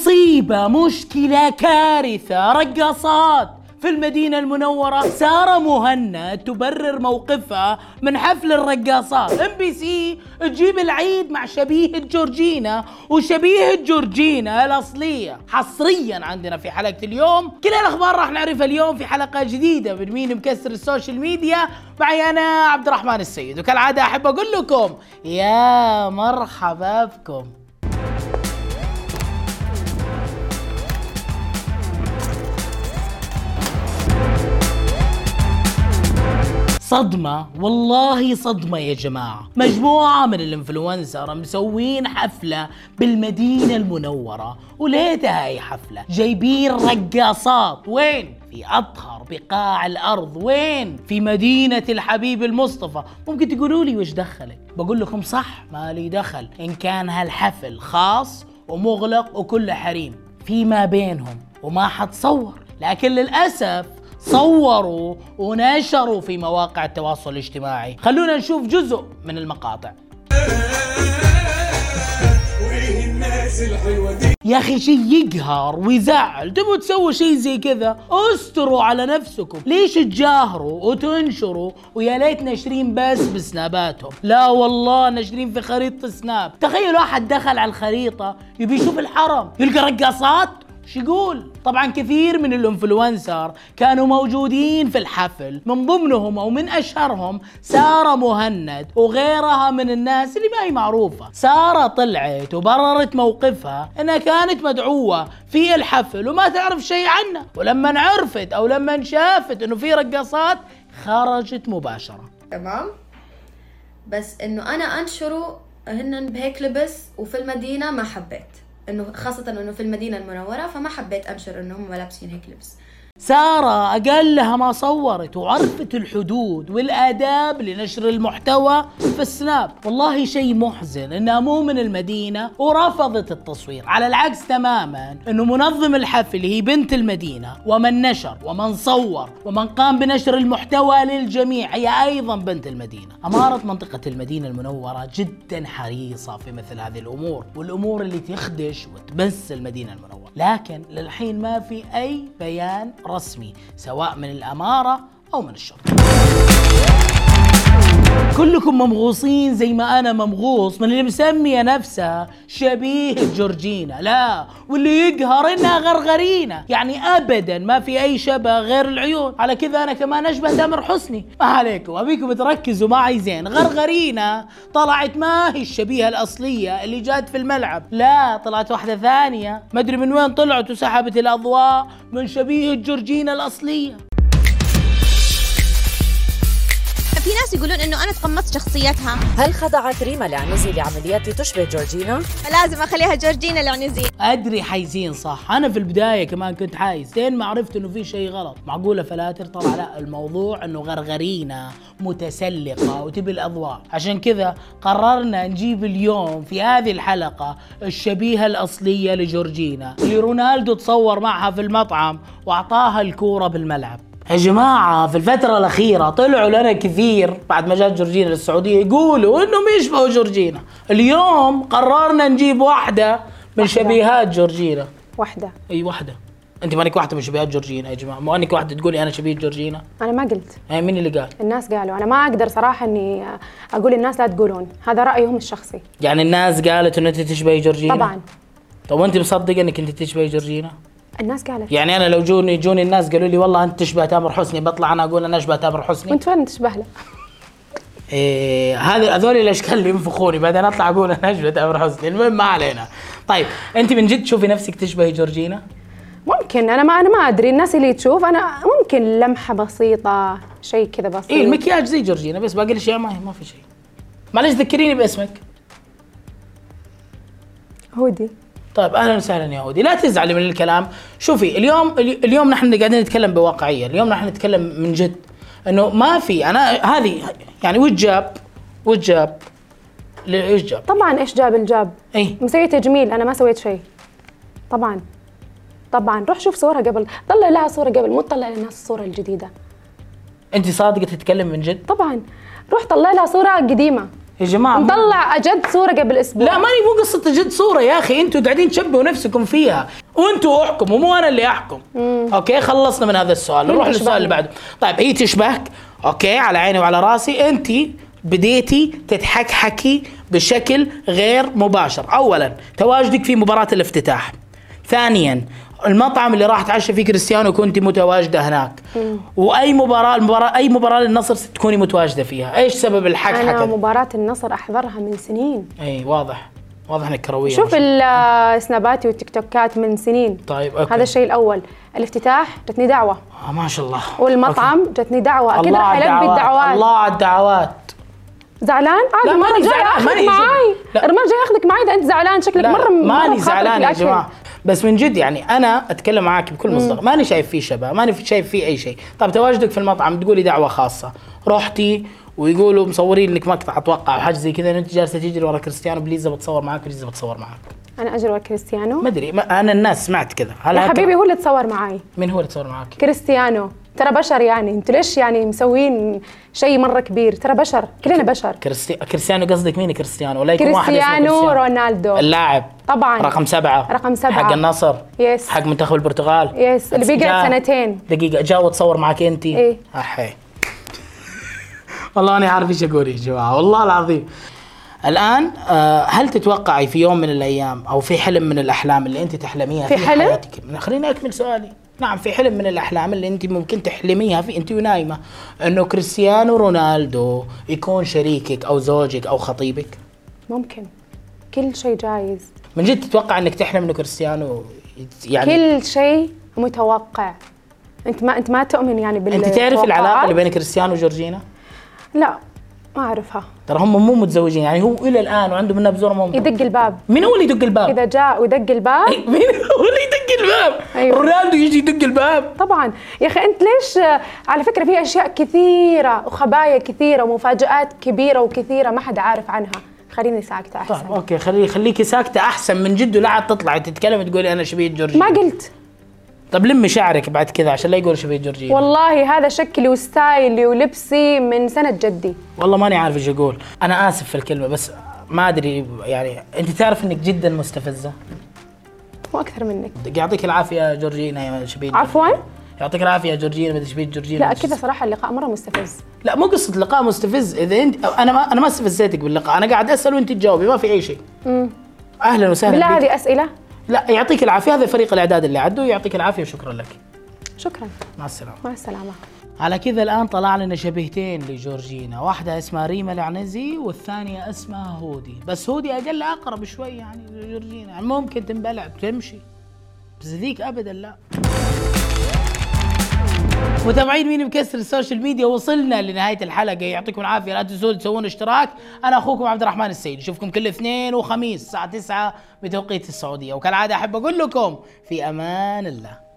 مصيبة مشكلة كارثة رقصات في المدينة المنورة سارة مهنا تبرر موقفها من حفل الرقاصات ام بي سي تجيب العيد مع شبيهة جورجينا وشبيهة جورجينا الأصلية حصريا عندنا في حلقة اليوم كل الأخبار راح نعرفها اليوم في حلقة جديدة من مين مكسر السوشيال ميديا معي أنا عبد الرحمن السيد وكالعادة أحب أقول لكم يا مرحبا بكم صدمة والله صدمة يا جماعة مجموعة من الانفلونسر مسوين حفلة بالمدينة المنورة وليتها هاي حفلة جايبين رقاصات وين؟ في أطهر بقاع الأرض وين؟ في مدينة الحبيب المصطفى ممكن تقولوا لي وش دخلك بقول لكم صح ما لي دخل إن كان هالحفل خاص ومغلق وكله حريم فيما بينهم وما حتصور لكن للأسف صوروا ونشروا في مواقع التواصل الاجتماعي خلونا نشوف جزء من المقاطع يا اخي شيء يقهر ويزعل تبوا تسووا شيء زي كذا استروا على نفسكم ليش تجاهروا وتنشروا ويا ليت ناشرين بس بسناباتهم لا والله ناشرين في خريطه سناب تخيلوا احد دخل على الخريطه يبي يشوف الحرم يلقى رقاصات وش يقول؟ طبعا كثير من الانفلونسر كانوا موجودين في الحفل من ضمنهم او من اشهرهم ساره مهند وغيرها من الناس اللي ما هي معروفه ساره طلعت وبررت موقفها انها كانت مدعوه في الحفل وما تعرف شيء عنه ولما عرفت او لما شافت انه في رقصات خرجت مباشره تمام بس انه انا انشره هن بهيك لبس وفي المدينه ما حبيت انه خاصه انه في المدينه المنوره فما حبيت انشر انه هم لابسين هيك لبس سارة أقلها ما صورت وعرفت الحدود والآداب لنشر المحتوى في السناب والله شيء محزن إنها مو من المدينة ورفضت التصوير على العكس تماما إنه منظم الحفل هي بنت المدينة ومن نشر ومن صور ومن قام بنشر المحتوى للجميع هي أيضا بنت المدينة أمارة منطقة المدينة المنورة جدا حريصة في مثل هذه الأمور والأمور اللي تخدش وتمس المدينة المنورة لكن للحين ما في أي بيان رسمي سواء من الأمارة أو من الشرطة كلكم ممغوصين زي ما أنا ممغوص من اللي مسمية نفسها شبيه جورجينا لا واللي يقهر إنها غرغرينا يعني أبدا ما في أي شبه غير العيون على كذا أنا كمان أشبه تامر حسني ما عليكم أبيكم تركزوا معي زين غرغرينا طلعت ما هي الشبيهة الأصلية اللي جات في الملعب لا طلعت واحدة ثانية ما أدري من وين طلعت وسحبت الأضواء من شبيه جورجينا الأصلية في ناس يقولون انه انا تقمصت شخصيتها هل خضعت ريما العنزي لعمليات تشبه جورجينا؟ لازم اخليها جورجينا العنزي ادري حايزين صح انا في البدايه كمان كنت حايز لين ما عرفت انه في شيء غلط معقوله فلاتر طلع لا الموضوع انه غرغرينا متسلقه وتبي الاضواء عشان كذا قررنا نجيب اليوم في هذه الحلقه الشبيهه الاصليه لجورجينا اللي رونالدو تصور معها في المطعم واعطاها الكوره بالملعب يا جماعة في الفترة الأخيرة طلعوا لنا كثير بعد ما جات جورجينا للسعودية يقولوا إنهم يشبهوا جورجينا، اليوم قررنا نجيب واحدة من شبيهات جورجينا، واحدة أي واحدة؟ أنت مانك واحدة من شبيهات جورجينا يا جماعة، مو أنك واحدة تقولي أنا شبيه جورجينا، أنا ما قلت هي مين اللي قال؟ الناس قالوا أنا ما أقدر صراحة إني أقول الناس لا تقولون هذا رأيهم الشخصي يعني الناس قالت إن أنت تشبهي جورجينا؟ طبعا طب وأنت مصدقة إنك أنت تشبهي جورجينا؟ الناس قالت يعني أنا لو جوني جوني الناس قالوا لي والله أنت تشبه تامر حسني بطلع أنا أقول أنا أشبه تامر حسني وأنت فين تشبه له إيه، هذا هذول الاشكال اللي ينفخوني بعدين اطلع اقول انا اشبه تامر حسني المهم ما علينا طيب انت من جد تشوفي نفسك تشبهي جورجينا ممكن أنا ما أنا ما أدري الناس اللي تشوف أنا ممكن لمحة بسيطة شيء كذا بسيط اي إيه، المكياج زي جورجينا بس باقي الاشياء ما هي ما في شيء معلش ذكريني باسمك هودي طيب اهلا وسهلا يا هودي لا تزعلي من الكلام شوفي اليوم الي- اليوم نحن قاعدين نتكلم بواقعيه اليوم نحن نتكلم من جد انه ما في انا هذه يعني وش جاب وش جاب ليه- وش جاب طبعا إيش جاب الجاب اي مسوية تجميل أنا ما سويت شيء طبعا طبعا روح شوف صورها قبل طلع لها صورة قبل مو تطلع للناس الصورة الجديدة انت صادقه تتكلم من جد طبعا روح طلع لها صورة قديمة يا جماعه مو- مطلع اجد صوره قبل اسبوع لا ماني مو قصه تجد صوره يا اخي انتوا قاعدين تشبهوا نفسكم فيها وانتوا احكموا مو انا اللي احكم اوكي خلصنا من هذا السؤال نروح تشبهني. للسؤال اللي بعده طيب هي تشبهك اوكي على عيني وعلى راسي انت بديتي تتحكحكي بشكل غير مباشر اولا تواجدك في مباراه الافتتاح ثانيا المطعم اللي راح تعشى فيه كريستيانو كنت متواجده هناك واي مباراه المباراه اي مباراه للنصر تكوني متواجده فيها ايش سبب انا الحكحكه دي؟ مباراه النصر احضرها من سنين اي واضح واضح انك كرويه ما شوف شاء الله. السنابات والتيك توكات من سنين طيب، أوكي. هذا الشيء الاول الافتتاح جتني دعوه آه ما شاء الله والمطعم جتني دعوه اكيد راح البي الدعوات الله على الدعوات زعلان عادي لا، المره ماني الجايه زعلان، اخذك ماني معاي زعلان. لا. المره الجايه اخذك معاي اذا انت زعلان شكلك لا مره طيب، مرة ماني بخاطرك زعلان يا الأكل. جماعه بس من جد يعني انا اتكلم معاك بكل مصداق ماني شايف فيه شبه ماني في- شايف فيه اي شيء طب تواجدك في المطعم تقولي دعوه خاصه رحتي ويقولوا مصورين انك مقطع اتوقع او حاجه زي كذا إن انت جالسه تجري ورا كريستيانو بليزا بتصور معاك بليزا بتصور معاك انا اجري ورا كريستيانو ما ادري ما- انا الناس سمعت كذا هل يا هت- حبيبي هو اللي تصور معاي مين هو اللي تصور معاك؟ كريستيانو ترى بشر يعني انتوا ليش يعني مسوين شيء مره كبير ترى بشر كلنا بشر كريستي... كريستيانو قصدك مين كريستيانو ولا يكون واحد اسمه كريستيانو كريستيانو. رونالدو اللاعب طبعاً. رقم سبعة رقم سبعة. حق النصر يس. حق منتخب البرتغال يس، اللي بيقعد جاء- سنتين. دقيقة جاء وتصور معك انت إيه. احي والله انا عارف ايش اقول يا جماعة والله العظيم الان آه، هل تتوقعي في يوم من الايام او في حلم من الاحلام اللي انت تحلميها في في حلم؟ حياتك خليني اكمل سؤالي نعم في حلم من الاحلام اللي انت ممكن تحلميها في انت ونايمه انه كريستيانو رونالدو يكون شريكك او زوجك او خطيبك ممكن كل شيء جايز من جد تتوقع انك تحلم انه كريستيانو يت- يعني كل شيء متوقع انت ما انت ما تؤمن يعني بال انت تعرف العلاقه اللي بين بين كريستيانو وجورجينا؟ لا ما اعرفها ترى هم مو متزوجين يعني هو الى الان وعنده منها بزور ما هو- يدق الباب مين هو اللي يدق الباب؟ اذا جاء ودق الباب مين هو اللي يدق الباب؟ أيوة. رونالدو يجي يدق الباب طبعا يا اخي انت ليش آه، على فكره في اشياء كثيره وخبايا كثيره ومفاجات كبيره وكثيره ما حدا عارف عنها خليني ساكته احسن طيب اوكي خلي خليكي ساكته احسن من جد ولا عاد تطلعي تتكلمي تقولي انا شبيه ما جورجينا قلت طب لمي شعرك بعد كذا عشان لا يقول شبيه جورجينا والله هذا شكلي وستايلي ولبسي من سنه جدي والله ماني عارف ايش اقول انا اسف في الكلمه بس ما ادري يعني انت تعرف انك جدا مستفزه واكثر منك يعطيك العافيه يا جورجينا يا شبيه عفوا يعطيك العافيه يا جورجينا مدري ايش بيت جورجينا لا كذا صراحه اللقاء مره مستفز لا مو قصه لقاء مستفز اذا انت انا ما انا ما استفزيتك باللقاء انا قاعد اسال وانت تجاوبي ما في اي شيء اهلا وسهلا بالله بك هذه اسئله لا يعطيك العافيه هذا فريق الاعداد اللي عدوا يعطيك العافيه وشكرا لك شكرا مع السلامه مع السلامه على كذا الان طلع لنا شبيهتين لجورجينا واحده اسمها ريما العنزي والثانيه اسمها هودي بس هودي اقل اقرب شوي يعني لجورجينا يعني ممكن تنبلع تمشي بس ذيك ابدا لا متابعين مين مكسر السوشيال ميديا وصلنا لنهاية الحلقة يعطيكم العافية لا تنسون تسوون اشتراك أنا أخوكم عبد الرحمن السيد نشوفكم كل اثنين وخميس الساعة 9 بتوقيت السعودية وكالعادة أحب أقول لكم في أمان الله